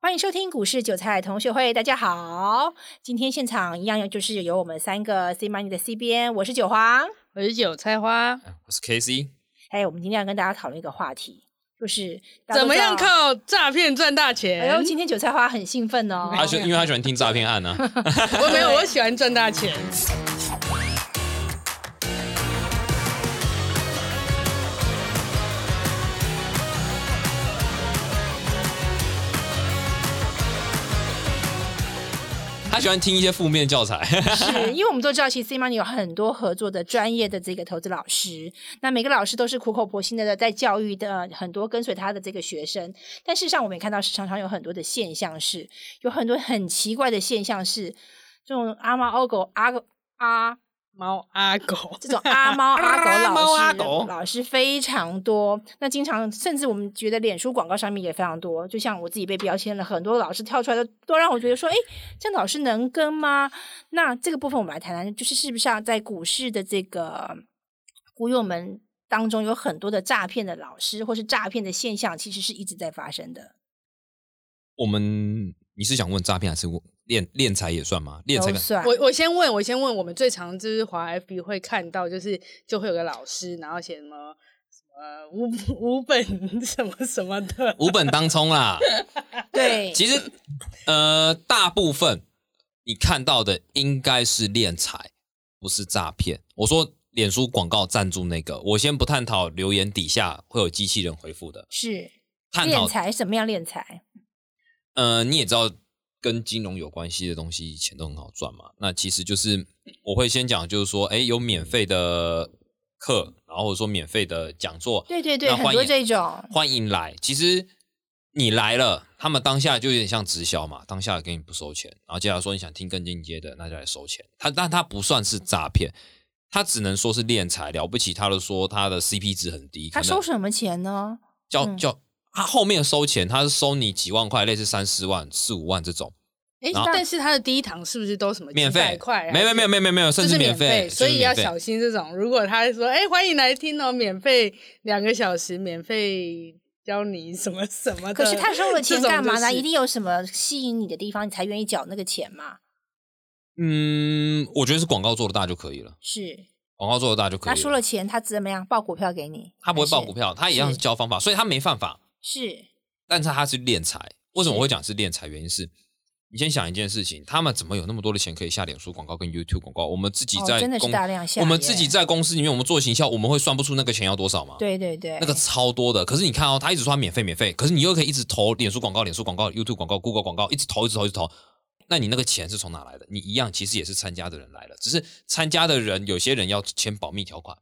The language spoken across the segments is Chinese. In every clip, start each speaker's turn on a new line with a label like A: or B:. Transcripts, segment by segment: A: 欢迎收听股市韭菜同学会，大家好，今天现场一样就是有我们三个 C Money 的 C 边，我是九黄，
B: 我是韭菜花，
C: 我是 K C。
A: 哎，我们今天要跟大家讨论一个话题，就是大家
B: 怎
A: 都
B: 么
A: 知
B: 样
A: 道
B: 靠诈骗赚大钱？
A: 哎呦，今天韭菜花很兴奋 哦，
C: 他喜，因为他喜欢听诈骗案 啊。
B: 我没有，我喜欢赚大钱。
C: 他喜欢听一些负面教材。
A: 是因为我们都知道，其实 C Money 有很多合作的专业的这个投资老师，那每个老师都是苦口婆心的在教育的很多跟随他的这个学生。但事实上，我们也看到市场上有很多的现象是，有很多很奇怪的现象是，这种啊阿猫阿狗阿狗阿
B: 猫阿狗，
A: 这种阿猫阿狗
C: 阿
A: 老
C: 猫
A: 师
C: 阿狗
A: 老师非常多，那经常甚至我们觉得脸书广告上面也非常多，就像我自己被标签了，很多老师跳出来的都让我觉得说，哎，这样老师能跟吗？那这个部分我们来谈谈，就是是不是啊，在股市的这个股友们当中，有很多的诈骗的老师或是诈骗的现象，其实是一直在发生的，
C: 我们你是想问诈骗还是问练练财也算吗？练
A: 都
C: 财跟
A: 算
B: 我我先问，我先问，我们最常就是华 FB 会看到，就是就会有个老师，然后写什么什么无无本什么什么的，
C: 无本当冲 啦。
A: 对，
C: 其实呃，大部分你看到的应该是练财，不是诈骗。我说脸书广告赞助那个，我先不探讨留言底下会有机器人回复的，
A: 是
C: 探
A: 敛
C: 讨
A: 财怎么样敛财？
C: 呃，你也知道跟金融有关系的东西，钱都很好赚嘛。那其实就是我会先讲，就是说，哎，有免费的课，然后或者说免费的讲座，
A: 对对对，
C: 那
A: 很
C: 欢
A: 多
C: 迎
A: 这种，
C: 欢迎来。其实你来了，他们当下就有点像直销嘛，当下给你不收钱，然后接下来说你想听更进阶的，那就来收钱。他但他不算是诈骗，他只能说是敛财。了不起，他的说他的 CP 值很低，
A: 他
C: 可能
A: 收什么钱呢？
C: 叫
A: 嗯
C: 叫他后面收钱，他是收你几万块，类似三四万、四五万这种。
B: 哎，
C: 然后
B: 但是他的第一堂是不是都什么
C: 免
B: 几百
C: 费
B: 块啊？
C: 没有没有没有没有没有，
B: 就
C: 甚
B: 是
C: 至
B: 免
C: 费，
B: 所以要
C: 就是免
B: 小
C: 费。
B: 心这种。如果他说：“哎、欢迎来听哦，免费两个小时，免费教你什么什么的。”
A: 可是他收了钱干嘛
B: 这种
A: 呢？
B: 就是
A: 一定有什么吸引你的地方，你才愿意缴那个钱嘛？
C: 嗯，我觉得是广告做的大就可以了，
A: 是，
C: 广告做的大就可以
A: 他
C: 了。
A: 收了钱，他怎么样报股票给你？
C: 他不会报股
A: 票，
C: 票，他一样是教方法，所以他没犯法，
A: 是
C: 但是他是敛财。为什么我会讲是敛财？原因是你先想一件事情，他们怎么有那么多的钱可以下脸书广告跟 YouTube 广告？我们自己
A: 哦
C: 在
A: 真的是
C: 公，
A: 大量下耶，
C: 我们自己在公司里面，我们做行销，我们会算不出那个钱要多少吗？
A: 对对对，
C: 那个超多的。可是你看哦，他一直说他免费免费，可是你又可以一直投脸书广告、脸书广告、YouTube 广告、Google 广告，一直投一直投一直投。那你那个钱是从哪来的？你一样其实也是参加的人来了，只是参加的人有些人要签保密条款，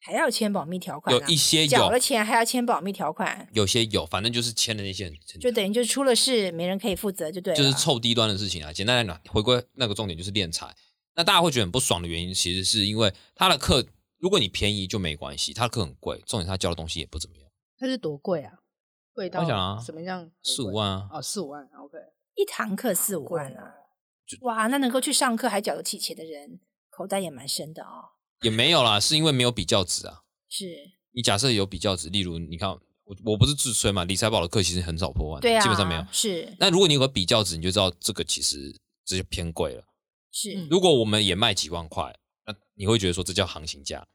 A: 还要签保密条款啊，
C: 有一些
A: 缴
C: 有
A: 了，钱还要签保密条款，
C: 有些有，反正就是签的那些很很
A: 就等于就出了事，没人可以负责，就对了。
C: 就是臭低端的事情啊。简单来讲，回归那个重点就是敛财。那大家会觉得很不爽的原因，其实是因为他的课，如果你便宜就没关系，他的课很贵，重点他教的东西也不怎么样，
B: 他是多贵啊？贵到
C: 我想啊
B: 什么样？
C: 四五万啊，
B: 哦，四五万，OK。
A: 一堂课四五万啊！哇，那能够去上课还缴得起钱的人，口袋也蛮深的哦。
C: 也没有啦，是因为没有比较值啊。
A: 是，
C: 你假设有比较值，例如你看我我不是自吹嘛，理财宝的课其实很少破万，
A: 对啊，
C: 基本上没有。
A: 是
C: 那如果你有个比较值，你就知道这个其实这就偏贵了。
A: 是，
C: 如果我们也卖几万块，那你会觉得说这叫行情价。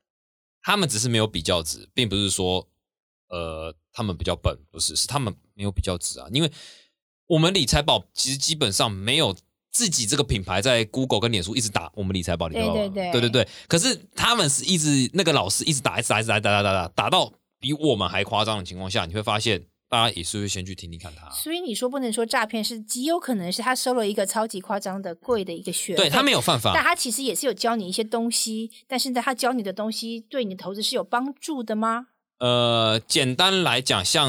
C: 他们只是没有比较值，并不是说呃他们比较笨，不是，是他们没有比较值啊。因为我们理财宝其实基本上没有自己这个品牌在 Google 跟脸书一直打我们理财宝，理财宝，
A: 对对对
C: 对对对。可是他们是一直那个老师一直打，一直打，一直打，打打打打，打到比我们还夸张的情况下，你会发现大家也是会先去听听看他。
A: 所以你说不能说诈骗是极有可能是他收了一个超级夸张的贵的一个学费，
C: 对他没有犯法，
A: 但他其实也是有教你一些东西，但是呢，他教你的东西对你的投资是有帮助的吗？
C: 呃，简单来讲，像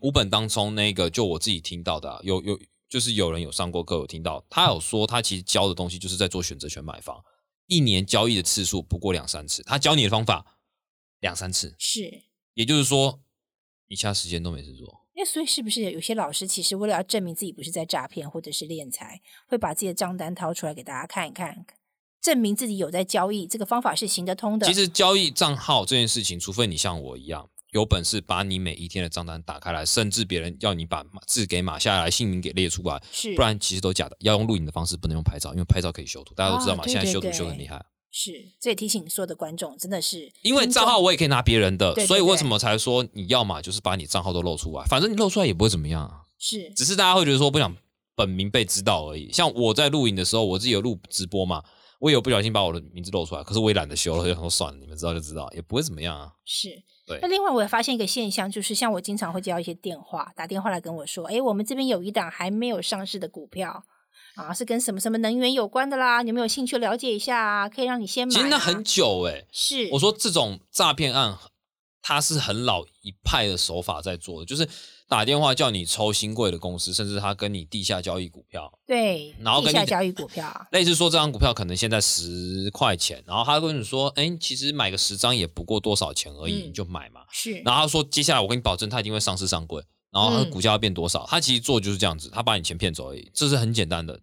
C: 五本当中那个，就我自己听到的啊、有有就是有人有上过课，有听到他有说，他其实教的东西就是在做选择权买房，一年交易的次数不过两三次，他教你的方法两三次，
A: 是，
C: 也就是说，你其他时间都没事做。
A: 那所以是不是有些老师其实为了要证明自己不是在诈骗或者是敛财，会把自己的账单掏出来给大家看一看，证明自己有在交易，这个方法是行得通的。
C: 其实交易账号这件事情，除非你像我一样，有本事把你每一天的账单打开来，甚至别人要你把字给码下来，姓名给列出来，
A: 是，
C: 不然其实都假的。要用录影的方式，不能用拍照，因为拍照可以修图，大家都知道嘛。
A: 啊对
C: 现在
A: 对
C: 修图
A: 对
C: 修的厉害，
A: 是，这也提醒所有的观众，真的是
C: 因为
A: 听
C: 账
A: 众
C: 号我也可以拿别人的，
A: 对对
C: 所以
A: 对
C: 为什么才说你要嘛就是把你账号都露出来，反正你露出来也不会怎么样啊。
A: 是
C: 只是大家会觉得说不想本名被知道而已。像我在录影的时候，我自己有录直播嘛，我也有不小心把我的名字露出来，可是我也懒得修了，我就想说算了，你们知道就知道，也不会怎么样啊。
A: 是
C: 对。
A: 那另外我也发现一个现象，就是像我经常会接到一些电话，打电话来跟我说，诶，我们这边有一档还没有上市的股票。啊，是跟什么什么能源有关的啦？你有没有兴趣了解一下啊？可以让你先买、啊。
C: 其实那很久哎、
A: 是，
C: 我说这种诈骗案，它是很老一派的手法在做的，就是打电话叫你抽新贵的公司，甚至他跟你地下交易股票，
A: 对，
C: 然后
A: 地
C: 跟
A: 下
C: 你讲
A: 交易股票啊，
C: 类似说这张股票可能现在十块钱，然后他跟你说，哎、其实买个十张也不过多少钱而已，
B: 嗯
C: 你就买嘛。
A: 是
C: 然后他说，接下来我跟你保证，他一定会上市上柜，然后他的
B: 嗯
C: 股价要变多少？他其实做就是这样子，他把你钱骗走而已，这是很简单的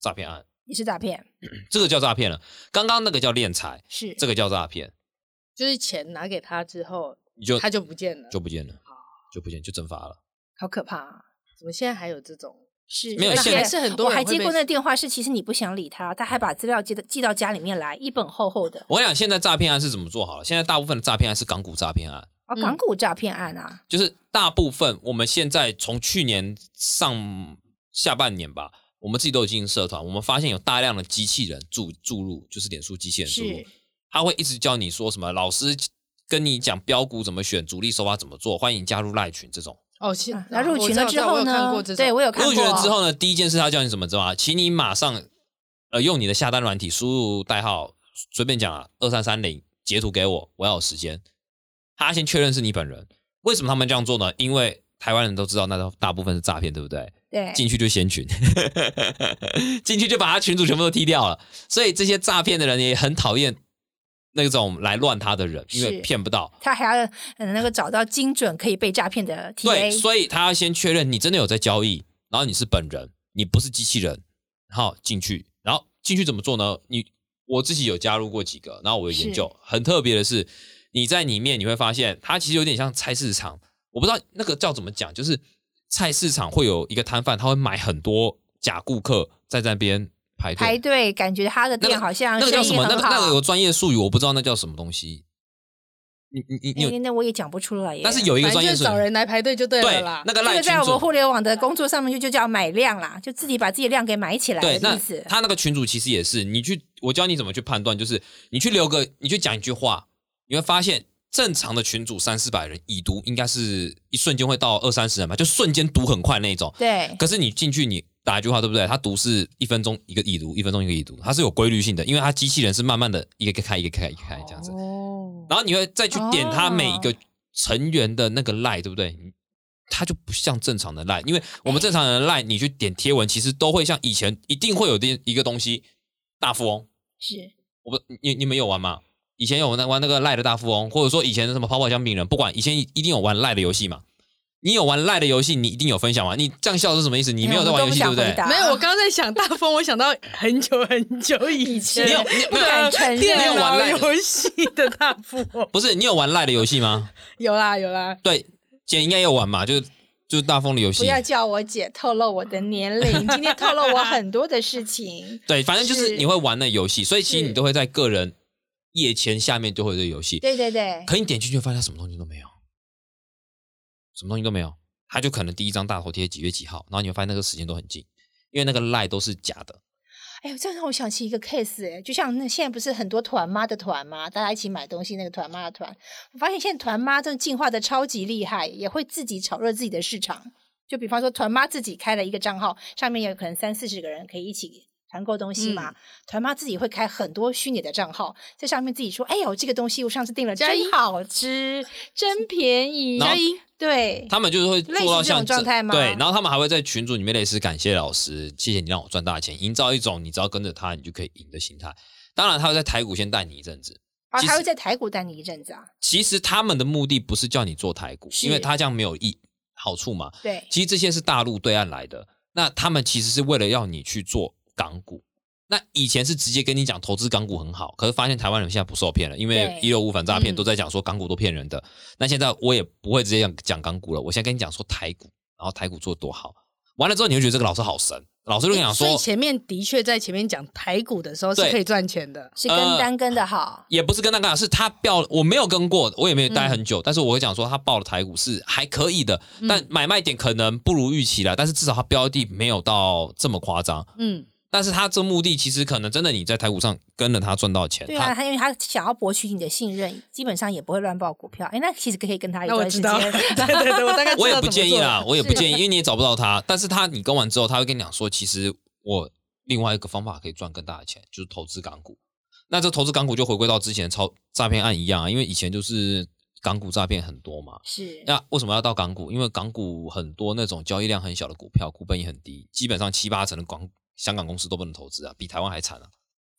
C: 诈骗案，
A: 也是诈骗，
C: 这个叫诈骗了。刚刚那个叫敛财，
A: 是
C: 这个叫诈骗，
B: 就是钱拿给他之后，
C: 你就
B: 他就不见了。
C: 就不见了，就不见，就蒸发了。
A: 好可怕、啊。
B: 怎么现在还有这种？
A: 是，
C: 没有
A: 而
C: 现
A: 且
C: 在
B: 是很多
A: 我
B: 人
A: 还
B: 会
A: 接
B: 被
A: 过那电话，是其实你不想理他，他还把资料寄到寄到家里面来，一本厚厚的
C: 我跟你讲，现在诈骗案是怎么做好了？现在大部分的诈骗案是港股诈骗案，
A: 啊，
B: 嗯
A: 港股诈骗案啊，
C: 就是大部分我们现在从去年上下半年吧，我们自己都有经营社团，我们发现有大量的机器人注注入，就是脸书机器人注入
A: 是，啊
C: 他会一直教你说什么，老师跟你讲标股怎么选，主力手法怎么做，欢迎加入赖群这种。
B: 哦，现
A: 啊然后入
B: 我
A: 群
B: 知
A: 了
B: 道
A: 之
B: 我
A: 后
B: 有看
A: 呢
B: 过这，种
A: 对我有看
C: 入
A: 过啊
C: 群了之后呢，第一件事他教你怎么做啊？请你马上呃用你的下单软体输入代号，随便讲啊，二三三零，截图给我，我要有时间。他先确认是你本人。为什么他们这样做呢？因为台湾人都知道，那大部分是诈骗，对不对？
A: 对
C: 进去就先群， 进去就把他群主全部都踢掉了。所以这些诈骗的人也很讨厌那种来乱他的人，因为
A: 是
C: 骗不到。
A: 他还要嗯那个找到精准可以被诈骗的
C: 对，
A: TA，
C: 所以他要先确认你真的有在交易，然后你是本人，你不是机器人，然后进去，然后进去怎么做呢？你我自己有加入过几个，然后我有研究，很特别的是，你在里面你会发现，它其实有点像菜市场，我不知道那个叫怎么讲，就是菜市场会有一个摊贩，他会买很多假顾客在那边排队，
A: 排队感觉他的
C: 那个
A: 店好像
C: 那个叫
A: 生
C: 什
A: 意
C: 么？那
A: 很
C: 个
A: 好。
C: 那个有专业术语，我不知道那叫什么东西。你你你你
A: 哎
C: 有，
A: 那我也讲不出来耶。
C: 但是有一个
B: 反
C: 专
B: 正就
C: 业
B: 是
C: 术
B: 找
C: 语，
B: 人来排队就对了
C: 对
B: 啦，。
C: 那个
A: 这
C: 赖
A: 个在
C: 群
A: 我
C: 主
A: 们。互联网的工作上面就就叫买量啦，就自己把自己的量给买起来。
C: 对，
A: 是
C: 那
A: 意思
C: 他那个群主其实也是，你去我教你怎么去判断，就是你去留个，你去讲一句话，你会发现正常的群主三四百人已读，应该是一瞬间会到二三十人吧，就瞬间读很快那种。
A: 对
C: 可是你进去你打一句话，对不对？他读是一分钟一个已读，一分钟一个已读，它是有规律性的，因为它机器人是慢慢的一个一个开，一个开，一个开哎这样子。
B: 哦，
C: 然后你会再去点他每一
A: 哦
C: 个成员的那个赖，对不对？你他就不像正常的赖，因为我
A: 哎
C: 们正常人的赖，你去点贴文，其实都会像以前一定会有的一个东西，大富翁。
A: 是
C: 我不，你你们有玩吗？以前有那玩那个赖的大富翁，或者说以前的什么跑跑姜饼人，不管以前一定有玩赖的游戏嘛。你有玩赖的游戏，你一定有分享嘛？你这样笑是什么意思？你没有在玩游戏，
A: 哎
C: 对
A: 我们都不想
C: 对
A: 回？答
B: 没有，我刚刚在想大风，我想到很久很久以前，
C: 你有 你有
A: 不
C: 没有？
A: 敢承
C: 你有
B: 电
A: 认。
C: 玩
B: 脑
C: 赖
B: 啊游戏的大富翁
C: 不是你有玩赖的游戏吗？
B: 有啦有啦，
C: 对，姐应该有玩嘛？就是就是大风的游戏。
A: 不要叫我姐透露我的年龄， 今天透露我很多的事情。
C: 对，反正就是
A: 是
C: 你会玩那游戏，所以其实你
A: 是
C: 都会在个人页签下面就会有这个游戏。
A: 对对对，
C: 可你点进去发现它什么东西都没有，什么东西都没有，它就可能第一张大头贴几月几号，然后你会发现那个时间都很近，因为那个赖都是假的。
A: 哎呦，这让我想起一个 case 哎、就像那现在不是很多团妈的团吗？大家一起买东西那个团妈的团，我发现现在团妈真的进化的超级厉害，也会自己炒热自己的市场。就比方说，团妈自己开了一个账号，上面有可能三四十个人可以一起团购东西
C: 嗯
A: 嘛。团妈自己会开很多虚拟的账号，在上面自己说：“哎呦，这个东西我上次订了，
B: 加一
A: 真好吃，真便宜。”
C: 然后
A: 对，
C: 他们就是会做
A: 类
C: 到像
A: 似这种状态吗
C: 对，然后他们还会在群组里面类似感谢老师，谢谢你让我赚大钱，营造一种你只要跟着他你就可以赢的心态。当然，他会在台股先带你一阵子，
A: 啊，
C: 其
A: 还会
C: 实
A: 在台股待你一阵子啊。
C: 其实他们的目的不是叫你做台股，
A: 是
C: 因为他这样没有益好处嘛。
A: 对，
C: 其实这些是大陆对岸来的，那他们其实是为了要你去做港股，那以前是直接跟你讲投资港股很好，可是发现台湾人现在不受骗了，因为
A: 对
C: 一六五反诈骗
A: 嗯
C: 都在讲说港股都骗人的。那现在我也不会直接讲讲港股了，我现在跟你讲说台股，然后台股做得多好。完了之后，你会觉得这个老师好神，老师就跟你讲
B: 所以
C: 说，
B: 前面的确在前面讲台股的时候是
C: 对
B: 可以赚钱的，
A: 是跟单跟的好，
C: 也不是跟他杠，是他报，我没有跟过，我也没有待很久，但是我会讲说他报的台股是还可以的，但买卖点可能不如预期啦，但是至少他标的没有到这么夸张。
B: 嗯，
C: 但是他这目的其实可能真的你在台股上跟着他赚到钱，
A: 对
C: 他
A: 啊，他因为他想要博取你的信任，基本上也不会乱报股票。哎，那其实可以跟他一
B: 那我
A: 段时
B: 知
A: 间
B: 道，。 对对对，我大概知道
C: 我也
B: 怎
C: 不
B: 么
C: 建议
B: 做
C: 啦，
B: 了
C: 我也不
A: 是
C: 建议，因为你也找不到他。但是他你跟完之后，他会跟你讲说，其实我另外一个方法可以赚更大的钱，就是投资港股。那这投资港股就回归到之前超诈骗案一样啊，因为以前就是港股诈骗很多嘛。
A: 是
C: 那为什么要到港股？因为港股很多那种交易量很小的股票，股本也很低，基本上七八成的港香港公司都不能投资啊，比台湾还惨啊。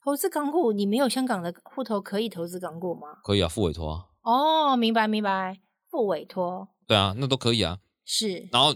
A: 投资港股，你没有香港的户头可以投资港股吗？
C: 可以啊，付委托啊，
A: 哦，明白明白，不委托
C: 对啊，那都可以啊。
A: 是
C: 然后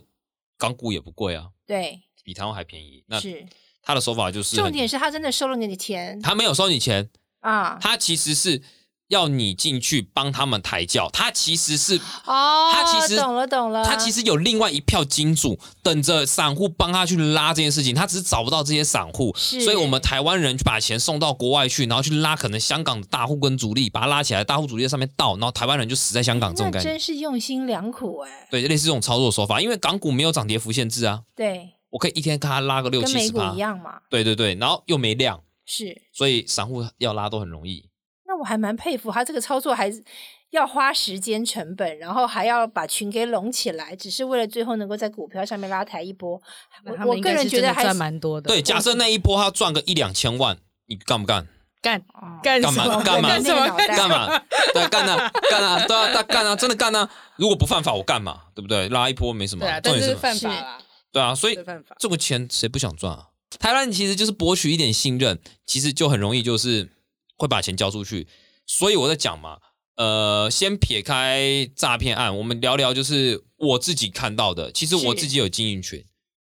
C: 港股也不贵啊，
A: 对
C: 比台湾还便宜。那
A: 是，
C: 他的手法就是很
A: 重点是他真的收了你的钱
C: 他没有收你钱，
A: 啊
C: 他其实是要你进去帮他们抬轿，他其实是。
A: 哦，
C: 他其实
A: 懂了懂了，
C: 他其实有另外一票金主等着散户帮他去拉这件事情，他只是找不到这些散户，
A: 是
C: 所以我们台湾人就把钱送到国外去，然后去拉可能香港的大户跟主力，把他拉起来，大户主力在上面倒，然后台湾人就死在香港这种
A: 那
C: 概念
A: 真，是用心良苦哎，
C: 对，类似这种操作手法，因为港股没有涨跌幅限制啊，
A: 对，
C: 我可以一天看他拉个六
A: 跟
C: 七
A: 美
C: 十
A: 股
C: 趴
A: 一，样嘛，
C: 对对对，然后又没量，
A: 是。
C: 所以散户要拉都很容易，
A: 那我还蛮佩服他这个操作，还是要花时间成本，然后还要把群给拢起来，只是为了最后能够在股票上面拉抬一波。
B: 那他
A: 我
B: 们
A: 我
B: 应
A: 个
B: 该
A: 人
B: 是
A: 觉
B: 真
A: 得
B: 的
A: 还
B: 赚
A: 是
B: 蛮多的，
C: 对，假设那一波他赚个一两千万，你干不干？
B: 干
A: 哦
B: 干
C: 干
B: 什
C: 嘛
B: 么
C: 干嘛
B: 干什么
A: 干
C: 干嘛？对，干啊，干啊，对啊，干干啊，真的干啊！如果不犯法，我干嘛？对不对？拉一波没什么
B: 对啊，，
C: 重
B: 但
C: 点
B: 是
C: 什么
B: 犯法啦，
C: 对啊，所以
B: 是犯法。
C: 这个钱谁不想赚啊？台湾其实就是博取一点信任，其实就很容易就是会把钱交出去。所以我在讲嘛，呃，先撇开诈骗案，我们聊聊就是我自己看到的。其实我
A: 是
C: 自己有经营群，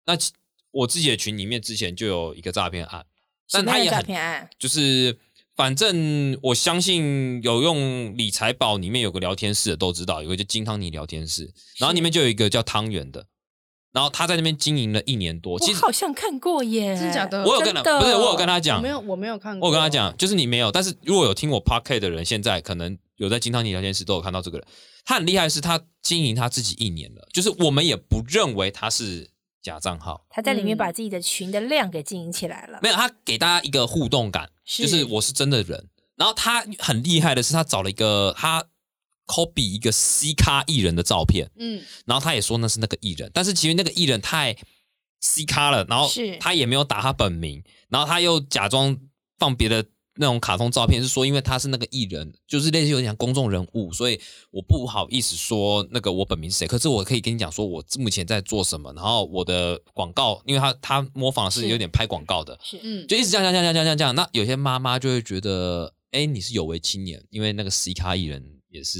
C: 那其我自己的群里面之前就有一个诈骗案，
A: 什
C: 但
A: 么
C: 他
A: 样
C: 也
A: 的诈
C: 很
A: 骗案？
C: 就是反正我相信有用理财宝里面有个聊天室的都知道，有个叫金汤尼聊天室，然后里面就有一个叫汤圆的，然后他在那边经营了一年多。其
A: 我
C: 实
A: 好像看过耶，
B: 呃真的假的
C: 我有跟他
A: 真的
C: 不是我有跟他嗯讲
B: 我没，有，我没有看过。
C: 我有跟他，讲，就是你没有，但是如果有听我 p o c k e t 的人，现在可能有在金汤尼聊天室都有看到这个人，他很厉害，是他经营他自己一年了，就是我们也不认为他是假账号。
A: 他在里面
B: 嗯
A: 把自己的群的量给经营起来了。
C: 没有，他给大家一个互动感，
A: 是
C: 就是我是真的人。然后他很厉害的是，他找了一个他 copy 一个 C 咖艺人的照片，
B: 嗯，
C: 然后他也说那是那个艺人，但是其实那个艺人太 C 咖了，然后
A: 是
C: 他也没有打他本名，然后他又假装放别的那种卡通照片，是说因为他是那个艺人，就是类似有点像公众人物，所以我不好意思说那个我本名是谁，可是我可以跟你讲说我目前在做什么，然后我的广告，因为他他模仿的是
A: 是
C: 有点拍广告的，
A: 是
B: 嗯，
C: 就一直这样这样这样这样这样这样。那有些妈妈就会觉得，哎、你是有为青年，因为那个 C 咖艺人也是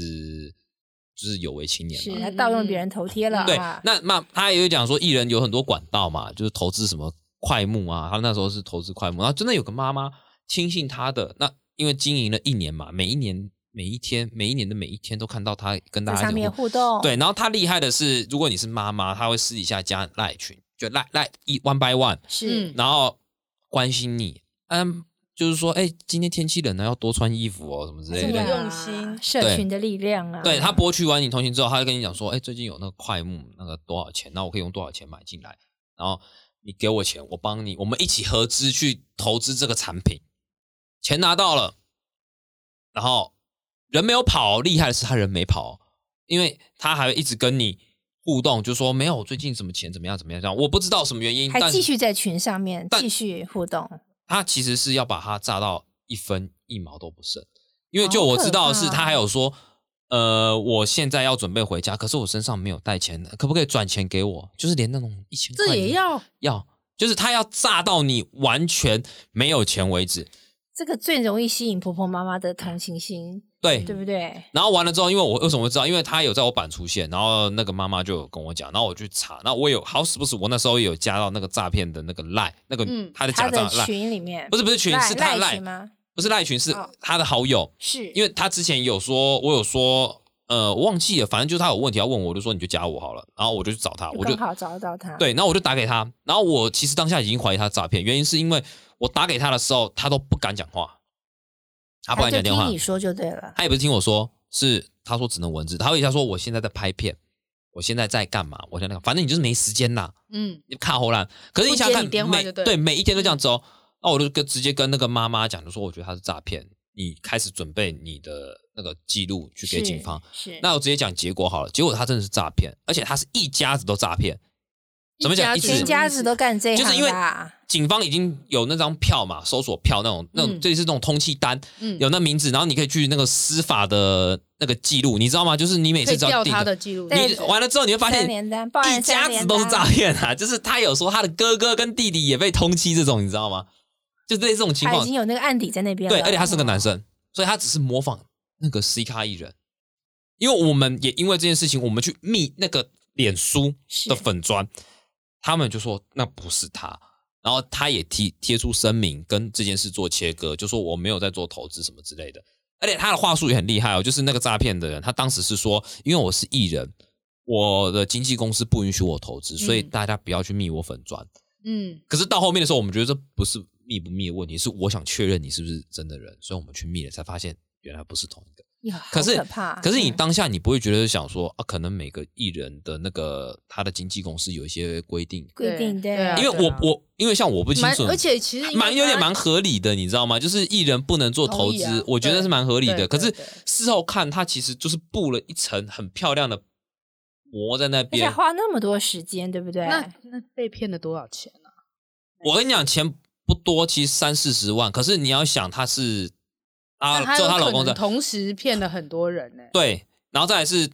C: 就是有为青年
B: 嗯
C: 嘛。
A: 是，他盗用别人头贴了
C: 嗯对
A: 啊，，
C: 那妈他也有讲说，艺人有很多管道嘛，就是投资什么快木啊，他那时候是投资快木，然后真的有个妈妈轻信他的，那因为经营了一年嘛，每一年每一天每一年的每一天都看到他跟大
A: 在
C: 家
A: 上
C: 一起
A: 面
C: 互
A: 互动，
C: 对，然后他厉害的是，如果你是妈妈，他会私底下加赖群，就赖赖一 one by one，
A: 是
B: 嗯
C: 然后关心你，嗯，就是说，哎、今天天气冷了，要多穿衣服哦，什么之类
B: 这
C: 的
B: 么。
A: 啊
B: 用心
A: 社群的力量啊，
C: 对他博取完你同情之后，他就跟你讲说，哎、最近有那个快木，那个多少钱？那我可以用多少钱买进来？然后你给我钱，我帮你，我们一起合资去投资这个产品。钱拿到了，然后人没有跑，厉害的是他人没跑，因为他还会一直跟你互动，就说没有，我最近什么钱怎么样怎么样这样，我不知道什么原因，
A: 还
C: 但
A: 继续在群上面
C: 但
A: 继续互动，
C: 他其实是要把它炸到一分一毛都不剩，因为就
A: 好
C: 我
A: 可
C: 知道的是，
A: 怕哦
C: 他还有说，呃，我现在要准备回家，可是我身上没有带钱，可不可以转钱给我？就是连那种一千块
B: 这
A: 嗯
B: 也要
C: 要，就是他要炸到你完全没有钱为止。
A: 这个最容易吸引婆婆妈妈的同情心，
C: 对
A: 对不对？
C: 然后完了之后，因为我为什么会知道？因为他有在我版出现，然后那个妈妈就有跟我讲，然后我去查，那我有好死不死，我那时候也有加到那个诈骗的那个赖，那个
B: 嗯
C: 他的
A: 他
C: 假
A: 的
C: 账赖，
A: 群里面
C: 不是不是群，
A: 赖
C: 是他的
A: 赖
C: 赖
A: 群，吗？
C: 不是赖群，是
A: 哦
C: 他的好友，
A: 是，
C: 因为他之前有说，我有说，呃，我忘记了，反正就是他有问题要问我，我就说你就加我好了，然后我就去找他，
A: 就
C: 我就
A: 更好找得到他。，
C: 对，然后我就打给他，然后我其实当下已经怀疑他诈骗，原因是因为我打给他的时候，他都不敢讲话，他不
A: 他
C: 敢
A: 就
C: 讲电话
A: 听你，说就对了。
C: 他也不是听我说，是他说只能文字，他会一下说我现在在拍片，我现在在干嘛，我现在在干嘛反正你就是没时间呐，
B: 嗯，
C: 你看后烂，可是你
B: 不
C: 想
B: 接
C: 想
B: 你
C: 看
B: 电话
C: 每
B: 就对嗯
C: 对每一天都这样子哦，那我就跟直接跟那个妈妈讲，就说我觉得他是诈骗，你开始准备你的那个记录去给警
A: 是
C: 方。
A: 是，
C: 那我直接讲结果好了，结果他真的是诈骗，而且他是一家子都诈骗。怎么讲？
B: 一
C: 一
B: 家
C: 直
B: 子
A: 全家子都干这一行
C: 就是因为
A: 的啊
C: 警方已经有那张票嘛，搜索票那种，那种
B: 嗯
C: 这是那种通缉单，
B: 嗯
C: 有那名字，然后你可以去那个司法的那个记录，你知道吗？就是你每
B: 可以
C: 次只要
B: 调
C: 定
B: 他的记录，
A: 对
C: 你完了之后你会发
A: 三
C: 现
A: 连单，报案
C: 一家
A: 三连
C: 子
A: 单
C: 都是诈骗啊！ 就是他有说他的哥哥跟弟弟也被通缉，这种你知道吗？就类似这种情
A: 他已
C: 况
A: 经，有那个案底在那边了。
C: 对，而且他是个男
A: 哦，
C: 生，所以他只是模仿那个 C 咖艺人。因为我们也因为这件事情，我们去密那个脸书
A: 是
C: 的粉砖，他们就说那不是他，然后他也贴贴出声明跟这件事做切割，就说我没有在做投资什么之类的。而且他的话术也很厉害哦，就是那个诈骗的人，他当时是说，因为我是艺人，我的经纪公司不允许我投资，所以
B: 嗯
C: 大家不要去密我粉砖。
B: 嗯
C: 可是到后面的时候，我们觉得这不是密不密的问题，是我想确认你是不是真的人，所以我们去密了，才发现原来不是同一个。
A: 呀好
C: 可是
A: 可怕。
C: 可是你
A: 嗯
C: 当下你不会觉得想说啊，可能每个艺人的那个他的经纪公司有一些规定，
A: 规定
B: 对
A: 对，
B: 啊
C: 因为我我因为像我不清
B: 蛮
C: 楚，
B: 而且其实应该
C: 蛮有点
B: 跟他
C: 蛮合理的，你知道吗？就是艺人不能做投
B: 同意
C: 资
B: 啊，
C: 我觉得是蛮合理
B: 对
C: 的。可是
B: 对对
C: 事后看，他其实就是布了一层很漂亮的膜在那
A: 而且
C: 边。
A: 花那么多时间，对不对？
B: 那啊那被骗了多少钱啊？
C: 我跟你讲，钱不多，其实三四十万，可是你要想，她是啊
B: 那，她
C: 就
B: 有
C: 她老
B: 可
C: 公在
B: 能同时骗了很多人呢、
C: 对，然后再来是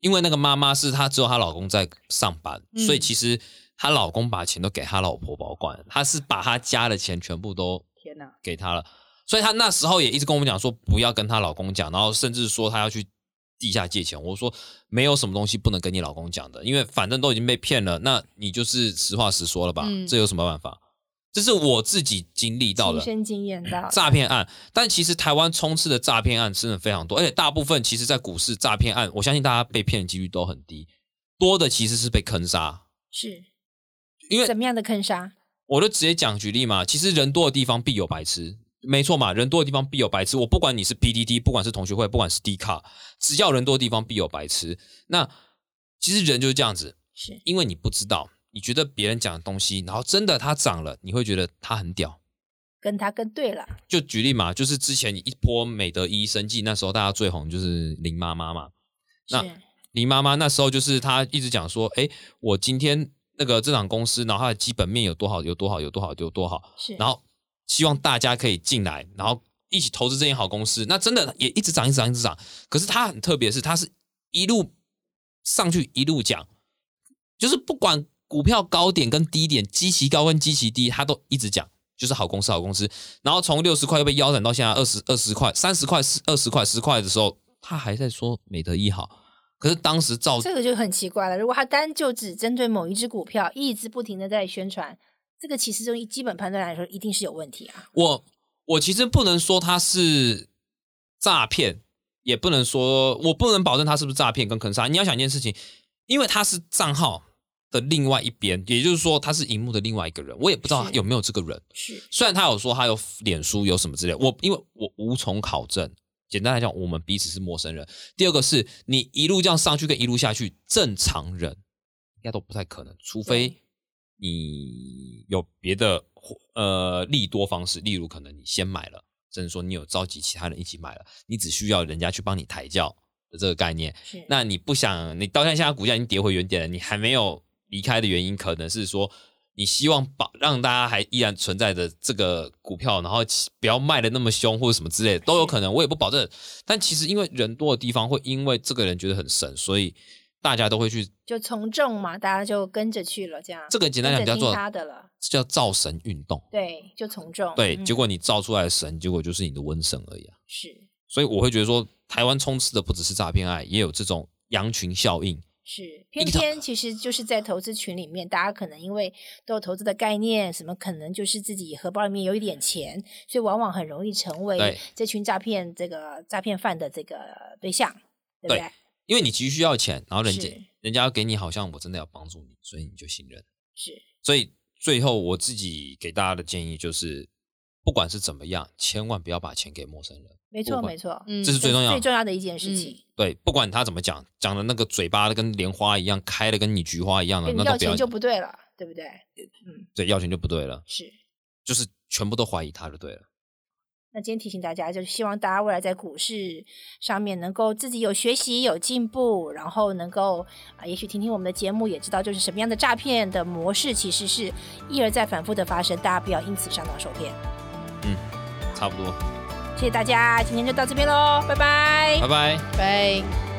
C: 因为那个妈妈是她只有她老公在上班，
B: 嗯
C: 所以其实她老公把钱都给她老婆保管，她是把她家的钱全部都
B: 天哪、
C: 给她了，所以她那时候也一直跟我们讲说不要跟她老公讲，然后甚至说她要去地下借钱。我说没有什么东西不能跟你老公讲的，因为反正都已经被骗了，那你就是实话实说了吧，
B: 嗯
C: 这有什么办法？这是我自己经历到
A: 亲
C: 的，
A: 身经验到
C: 诈骗案，但其实台湾充斥的诈骗案真的非常多，而且大部分其实，在股市诈骗案，我相信大家被骗的几率都很低，多的其实是被坑杀。
A: 是
C: 因为
A: 怎么样的坑杀？
C: 我就直接讲举例嘛，其实人多的地方必有白痴，没错嘛，人多的地方必有白痴。我不管你是 PDD，不管是同学会，不管是 D 卡，只要人多的地方必有白痴。那其实人就是这样子，
A: 是
C: 因为你不知道，你觉得别人讲的东西，然后真的他涨了，你会觉得他很屌，
A: 跟他跟对了，
C: 就举例嘛，就是之前一波美德医生计，那时候大家最红就是林妈妈嘛。
A: 是
C: 那林妈妈那时候就是她一直讲说，哎，我今天那个这场公司，然后它的基本面有多好，有多好，有多好，有多好，
A: 是，
C: 然后希望大家可以进来，然后一起投资这间好公司。那真的也一直涨，一直涨，一直涨。可是它很特别的是，它是一路上去一路讲，就是不管股票高点跟低点，基期高跟基期低，它都一直讲。就是好公司，好公司。然后从六十块又被腰斩到现在二十二十块、三十块、二十块、十块的时候，他还在说美德一好。可是当时照
A: 这个就很奇怪了。如果他单就只针对某一只股票，一直不停的在宣传，这个其实就基本判断来说，一定是有问题啊。
C: 我我其实不能说它是诈骗，也不能说我不能保证它是不是诈骗跟坑杀。你要想一件事情，因为它是账号的另外一边，也就是说他是荧幕的另外一个人，我也不知道
A: 是
C: 有没有这个人。
A: 是
C: 虽然他有说他有脸书有什么之类，我因为我无从考证。简单来讲，我们彼此是陌生人。第二个是你一路这样上去跟一路下去，正常人应该都不太可能，除非
A: 对
C: 你有别的呃利多方式，例如可能你先买了，甚至说你有召集其他人一起买了，你只需要人家去帮你抬轿的这个概念，
A: 是，
C: 那你不想，你到现在现在股价已经跌回原点了，你还没有离开的原因，可能是说你希望保让大家还依然存在的这个股票，然后其不要卖的那么凶或者什么之类的都有可能，我也不保证。但其实因为人多的地方，会因为这个人觉得很神，所以大家都会去。
A: 就从众嘛，大家就跟着去了，这样
C: 这个简单讲
A: 跟着
C: 叫做
A: 听他的了，
C: 这叫造神运动。
A: 对，就从众，
C: 对，
A: 嗯
C: 结果你造出来的神，结果就是你的瘟神而已啊。
A: 是
C: 所以我会觉得说，台湾充斥的不只是诈骗案，也有这种羊群效应。
A: 是，偏
C: 一个
A: 偏其实就是在投资群里面，大家可能因为都有投资的概念，什么可能就是自己荷包里面有一点钱，所以往往很容易成为
C: 对
A: 这群诈骗这个诈骗犯的这个对象，对不对？
C: 对因为你急需要钱，然后人家
A: 是
C: 人家要给你，好像我真的要帮助你，所以你就信任。
A: 是
C: 所以最后我自己给大家的建议就是，不管是怎么样，千万不要把钱给陌生人，
A: 没错，
C: 我
A: 没错，
B: 嗯
C: 这是最重要
A: 最
C: 的。
A: 重要的一件事
B: 嗯
A: 情。
C: 对，不管他怎么讲，讲的那个嘴巴跟莲花一样，开的跟你菊花一样的，
A: 跟你
C: 那
A: 要
C: 都不
A: 钱
C: 要
A: 就不对了，对不对？
C: 对，要钱就不对了，
A: 是。
C: 就是全部都怀疑他就对了。
A: 那今天提醒大家，就是希望大家未来在股市上面能够自己有学习、有进步，然后能够啊、也许听听我们的节目，也知道就是什么样的诈骗的模式其实是一而再、反复的发生，大家不要因此上当受骗。
C: 嗯差不多，
A: 谢谢大家，今天就到这边喽，拜拜
C: 拜拜。
B: 拜。